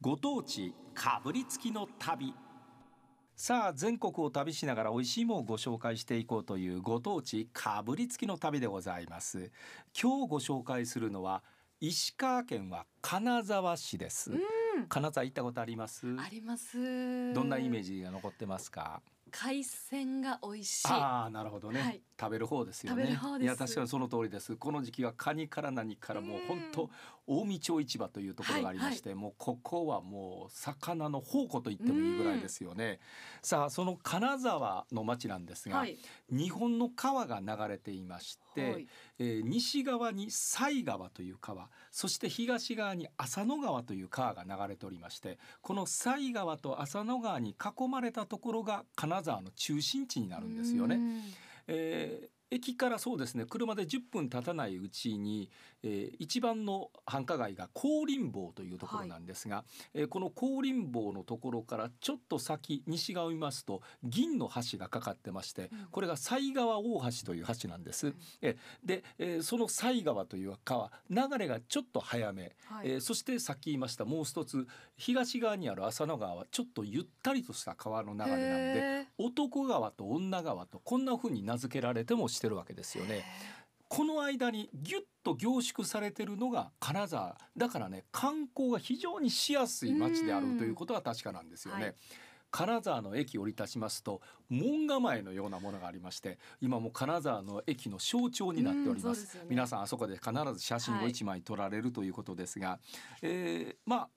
ご当地かぶりつきの旅さあ全国を旅しながら美味しいものをご紹介していこうというご当地かぶりつきの旅でございます今日ご紹介するのは石川県は金沢市です、うん、金沢行ったことありますあります。どんなイメージ？ジが残ってますか海鮮が美味しい。ああなるほどね、はい食べる方ですよね食べる方ですいや確かにその通りですこの時期はカニから何からもう本当近江町市場というところがありまして、もうここはもう魚の宝庫と言ってもいいぐらいですよねさあその金沢の町なんですが、はい。日本の川が流れていまして、はいえー西側に西川という川そして東側に浅野川という川が流れておりましてこの西川と浅野川に囲まれたところが金沢の中心地になるんですようね。んえー駅からそうですね車で10分経たないうちに、えー一番の繁華街が高林坊というところなんですが、えーこの高林坊のところからちょっと先西側を見ますと銀の橋がかかってましてうんこれが西川大橋という橋なんです。えで、えーその西川という川流れがちょっと早め、はい。えーそしてさっき言いましたもう一つ東側にある浅野川はちょっとゆったりとした川の流れなんでへ男川と女川とこんな風に名付けられてもしてるわけですよー。ね。この間にギュッと凝縮されてるのが金沢だからね観光が非常にしやすい街であうるんということは確かなんですよね。はい金沢の駅降り立ちますと門構えのようなものがありまして今もう金沢の駅の象徴になっておりうんそうまですすよね皆さんあそこで必ず写真はをい一枚撮られるということですが、えーまあ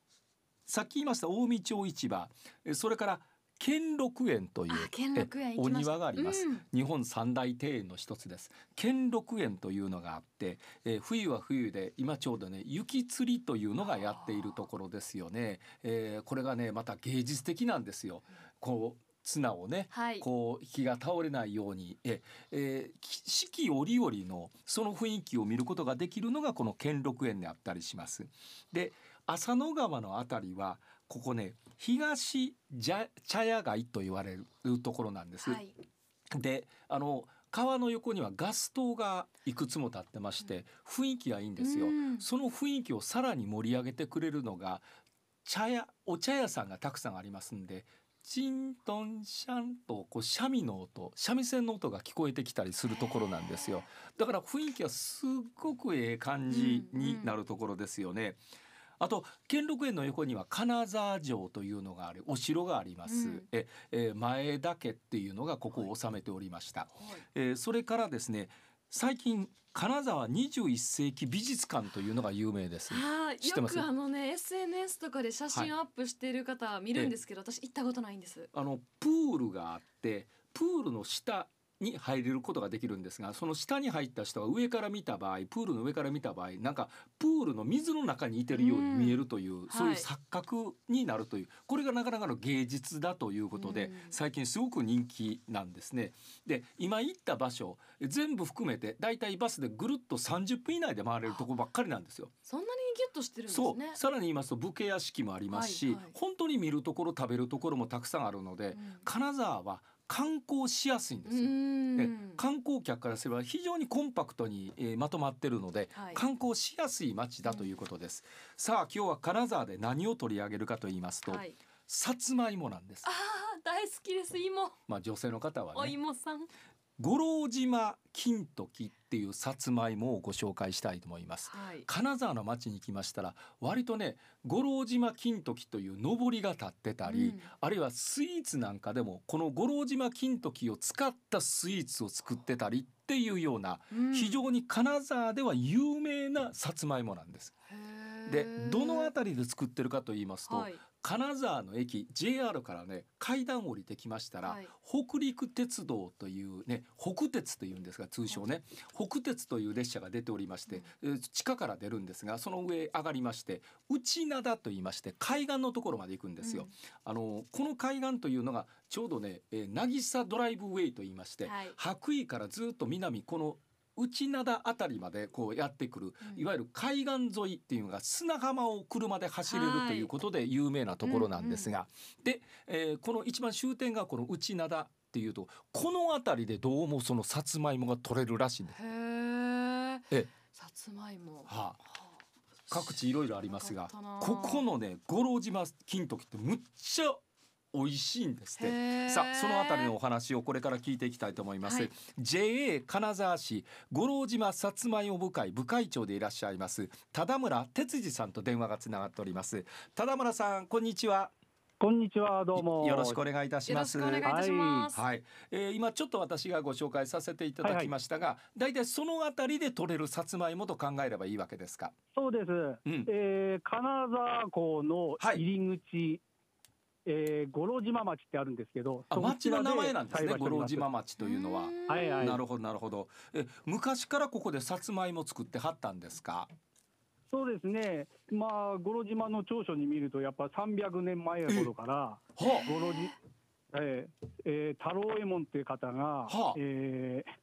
さっき言いました近江町市場えそれから兼六園というあ、兼六園え行おきました。庭があります、うん日本三大庭園の一つです兼六園というのがあって、えー冬は冬で今ちょうどね雪吊りというのがやっているところですよね、えーこれがねまた芸術的なんですよこう綱をねはい。こう木が倒れないようにえ、えーき四季折々のその雰囲気を見ることができるのがこの兼六園であったりします。で浅野川のあたりはここね東茶茶屋街と言われるところなんです。はい。であの川の横にはガス灯がいくつも立ってまして雰囲気がいいんですよ。うんその雰囲気をさらに盛り上げてくれるのが茶屋お茶屋さんがたくさんありますんで。チントンシャンとこう三味の音三味線の音が聞こえてきたりするところなんですよだから雰囲気はすっごくええ感じになるところですよね、あと兼六園の横には金沢城というのがありお城があります、うんええー前田家っていうのがここを治めておりました、はいえーそれからですね最近金沢21世紀美術館というのが有名ですあー知ってよますくあのね SNS とかで写真アップしてる方見るんですけど、私行ったことないんです。あのプールがあってプールの下に入れることができるんですがその下に入った人が上から見た場合プールの上から見た場合なんかプールの水の中にいてるように見えるという、そういうはい錯覚になるというこれがなかなかの芸術だということで、うん最近すごく人気なんですね。で今行った場所全部含めてだいたいバスでぐるっと30分以内で回れるとこばっかりなんですよ。そんなにギュッとしてるんですそうね。さらに言いますと武家屋敷もありますし、はいはい本当に見るところ食べるところもたくさんあるので、金沢は観光しやすいんですよ。んえうん観光客からすれば非常にコンパクトに、えーまとまってるので、はい観光しやすい街だということです、さあ今日は金沢で何を取り上げるかと言いますと、はい、さつまいもなんですあー大好きです芋、まあ女性の方おはね芋さん五郎島金時っていうさつまいもをご紹介したいと思いますはい金沢の町に来ましたら割とね五郎島金時というのぼりが立ってたり、うんあるいはスイーツなんかでもこの五郎島金時を使ったスイーツを作ってたりっていうようなうん非常に金沢では有名なさつまいもなんです。でどのた辺りで作ってるかと言いますと、はい、金沢の駅 JR からね階段降りてきましたら、はい北陸鉄道というね北鉄というんですが通称ね北鉄という列車が出ておりまして、えー地下から出るんですがその上上がりまして内灘と言いまして海岸のところまで行くんですよ。あのこの海岸というのがちょうどね、えー、渚ドライブウェイと言いまして、はい白衣からずっと南この内灘あたりまでこうやってくる、うんいわゆる海岸沿いっていうのが砂浜を車で走れるはいということで有名なところなんですが、で、えーこの一番終点がこの内灘っていうとこの辺りでどうもそのさつまいもが取れるらしいんです。うんへーええさつまいもはあはあ各地いろいろありますが知らなかったこなこのね五郎島金時ってむっちゃ美味しいんですって。さあそのあたりのお話をこれから聞いていきたいと思います、はい JA 金沢市五郎島さつまいも部会部会長でいらっしゃいます忠村哲司さんと電話がつながっております忠村さんこんにちはこんにちは、どうも。よろしくお願いいたしよまろしすくお願いいたします。はい、えー今ちょっと私がご紹介させていただきましたが、だいたいそのあたりで取れるさつまいもと考えればいいわけですか。そうでうす。ん、えー、金沢港の入り口、えー、五郎島町ってあるんですけど、あ、町の名前なんですね。そちら五郎島栽培してお町とりますいうのは。んはいはいなるほど、なるほど。え、昔からここでさつまいも作ってはったんですか。そうですね。まあ、五郎島の長所に見ると、やっぱ300年前ほどから、は五郎島、えーえー、太郎右衛門っていう方が、はあえー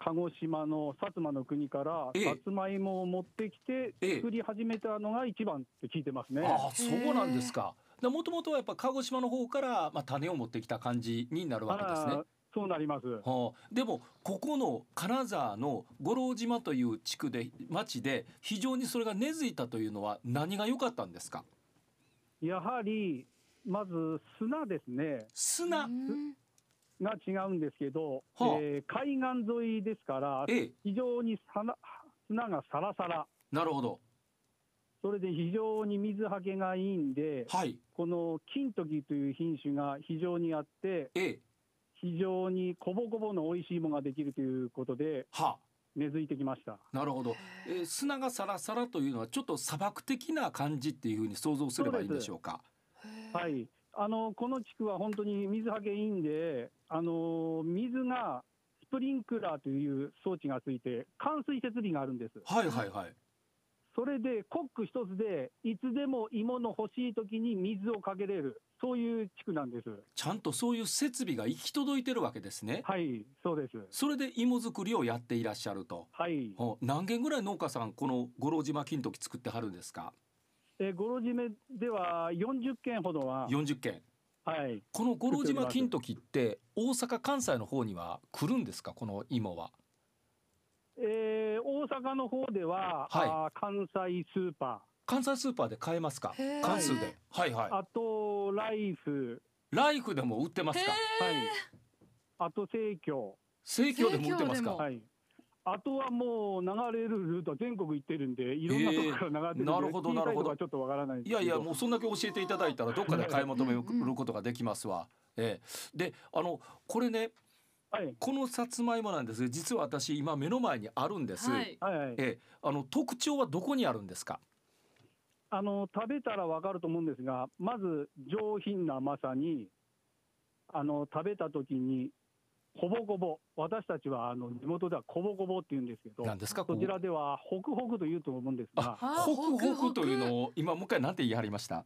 鹿児島の薩摩の国からええさつまいもを持ってきてええ作り始めたのが一番って聞いてますね。あ、あそうなんですか。で、もともとはやっぱ鹿児島の方から、まあ、種を持ってきた感じになるわけですねあら。そうなります。はあ、でもここの金沢の五郎島という地区で町で非常にそれが根付いたというのは何が良かったんですかやはり、まず砂ですね、砂うんが違うんですけど、はあえー海岸沿いですから、ええ非常にさな砂がサラサラ、なるほどそれで非常に水はけがいいんで、はいこの金時という品種が非常にあって、ええ非常にこぼこぼの美味しいものができるということで、は根付いてきました。あなるほど、えー砂がサラサラというのはちょっと砂漠的な感じっていうふうに想像すればいいんでしょうかは。へい、あのこの地区は本当に水はけいいんで、あの水がスプリンクラーという装置がついて、冠水設備があるんです。はいはいはいそれでコック一つで、いつでも芋の欲しい時に水をかけれる、そういう地区なんです。ちゃんとそういう設備が行き届いてるわけですね、はい、そうです。それで芋作りをやっていらっしゃるとはい。はあ何軒ぐらい農家さんこの五郎島金時作ってはるんですかえー、五郎締めでは40件ほどは、 40軒はい。この五郎島金時って大阪関西の方には来るんですかこの芋はえー大阪の方では、はいあー関西スーパ関西スーパーで買えますかへー関数ではいはいー、あとライフ、ライフでも売ってますかはえい。あと生協、生協でも売ってます生協かはい。あとはもう流れるルートは全国行ってるんで、いろんなとこから流れてるんで、えーなるほどなるほど小さいとこはちょっとわからないんでいすけどやいやもうそんだけ教えていただいたらどっかで買い求めることができますわ。ええ、であのこれねはい、このさつまいもなんですが実は私今目の前にあるんです。はい。はい、はい。ええ、あの特徴はどこにあるんですかあの食べたらわかると思うんですが、まず上品な甘さに、あの食べた時に、ほぼこぼ、私たちはあの地元ではこぼこぼって言うんですけど、何ですかここうちらではホクホクと言うと思うんですが、あホクほくホほクくというのを今もう一回なんて言い張りました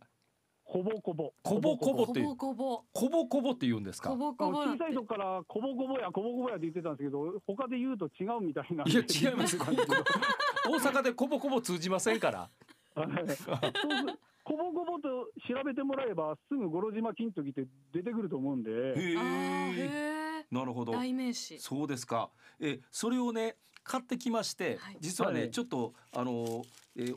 こぼこぼ。こぼこぼこぼこぼ。コボコボって言うんですかこぼこぼ。小さいとこからこぼこぼやこぼこぼやって言ってたんですけど、他で言うと違うみたいなんで。いや違います よはい大阪でコボコボ通じませんから。そうすこぼこぼと調べてもらえば、すぐ五郎島金時って出てくると思うんで、へあーへえ。なるほど。代名詞。そうですか。え、それをね買ってきましてはい、実はね、はいちょっとあのえー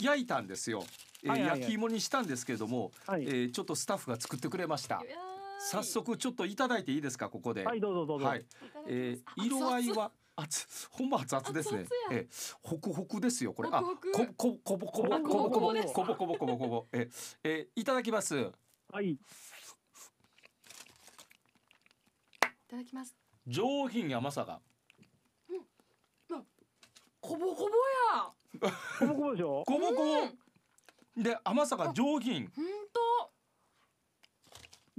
焼いたんですよ。えーはいはいはい焼き芋にしたんですけれども、はいえーちょっとスタッフが作ってくれました。いやー早。速ちょっといただいていいですかここで。はい、どうぞどうぞ。はいいただえきますあー色合い熱々は熱ほんま熱々ですね熱々やえーホクホクですよこれホクあホこここぼこぼあこぼこぼこぼこぼですこぼこぼこぼこぼえーえーいただきますはい、いただきます。上品に甘さがこぼこぼや。こぼこぼでしょこぼこうんぼで甘さが上品本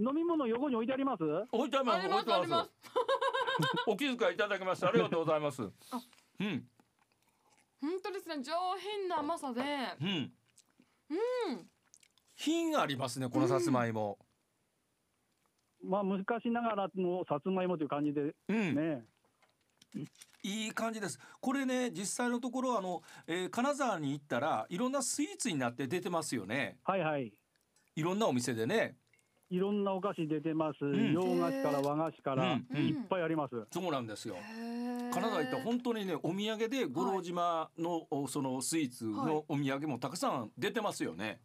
飲み物横に置いてあります置いてあり当。まあす置りまいてすあありりまますす。 お気遣いいただきましてありがとうございますあうん本当ですね。上品な甘さで。うんうん。品ありますねこのさつまいもまあ、昔ながらのさつまいもという感じでうんね。いい感じです。これね、実際のところ、あの、えー金沢に行ったら、いろんなスイーツになって出てますよね。はいはい。いろんなお店でね。いろんなお菓子出てます、ん洋菓子から和菓子から、うんうんいっぱいあります。そうなんですよ。カカナダ行ったら本当にねお土産で五郎島の、おそのスイーツのお土産もたくさん出てますよね。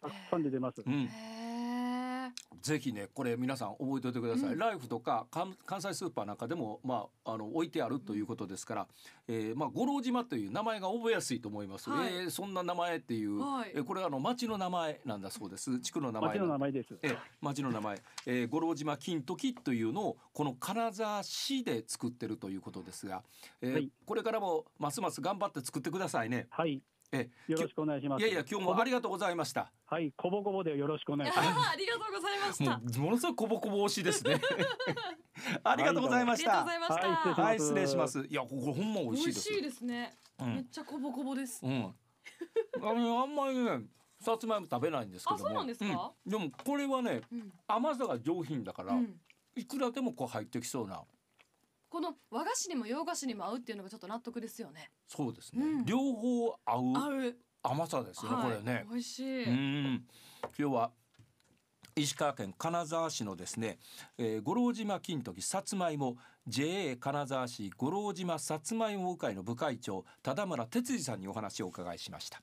たくさん出てます。うん、へぜひねこれ皆さん覚えておいてください。うんライフとか関関西スーパーなんかでもまああの置いてあるということですから、えーまあ五郎島という名前が覚えやすいと思います。はいえーそんな名前っていう、はいえーこれはあの町の名前なんだそうです。地区の名前町なのんだ名前です。ええ町の名前、えー五郎島金時というのをこの金沢市で作ってるということですが、えーはいこれからもますます頑張って作ってくださいね。はい。えよろしくお願いしまいす。やいや今日もありがとうございました。はい、こぼこぼでよろしくお願いします。 あありがとうございましもた。うものすごいこぼこぼ推しです ね。ありがとうございあましりたがとうござ。いまはいし失はい失礼た。礼ますします。いやこれほんま美美味しい味ですし。いですね。うめっんちゃコボコボです。うん。あのあんまりねさつまいも食べないんですけども。あそうなんですかうんでもこれはねうん。甘さが上品だから、うんいくらでもこう入ってきそうな。この和菓子にも洋菓子にも合うっていうのがちょっと納得ですよね。そうですね。うん両方合う合う。甘さですよね、はいこれね。美味しい。うはん。今日は石川県金沢市のですね、えー、五郎島金時さつまいも JA 金沢市五郎島さつまいも部会の部会長田田村哲司さんにお話をお伺いしました。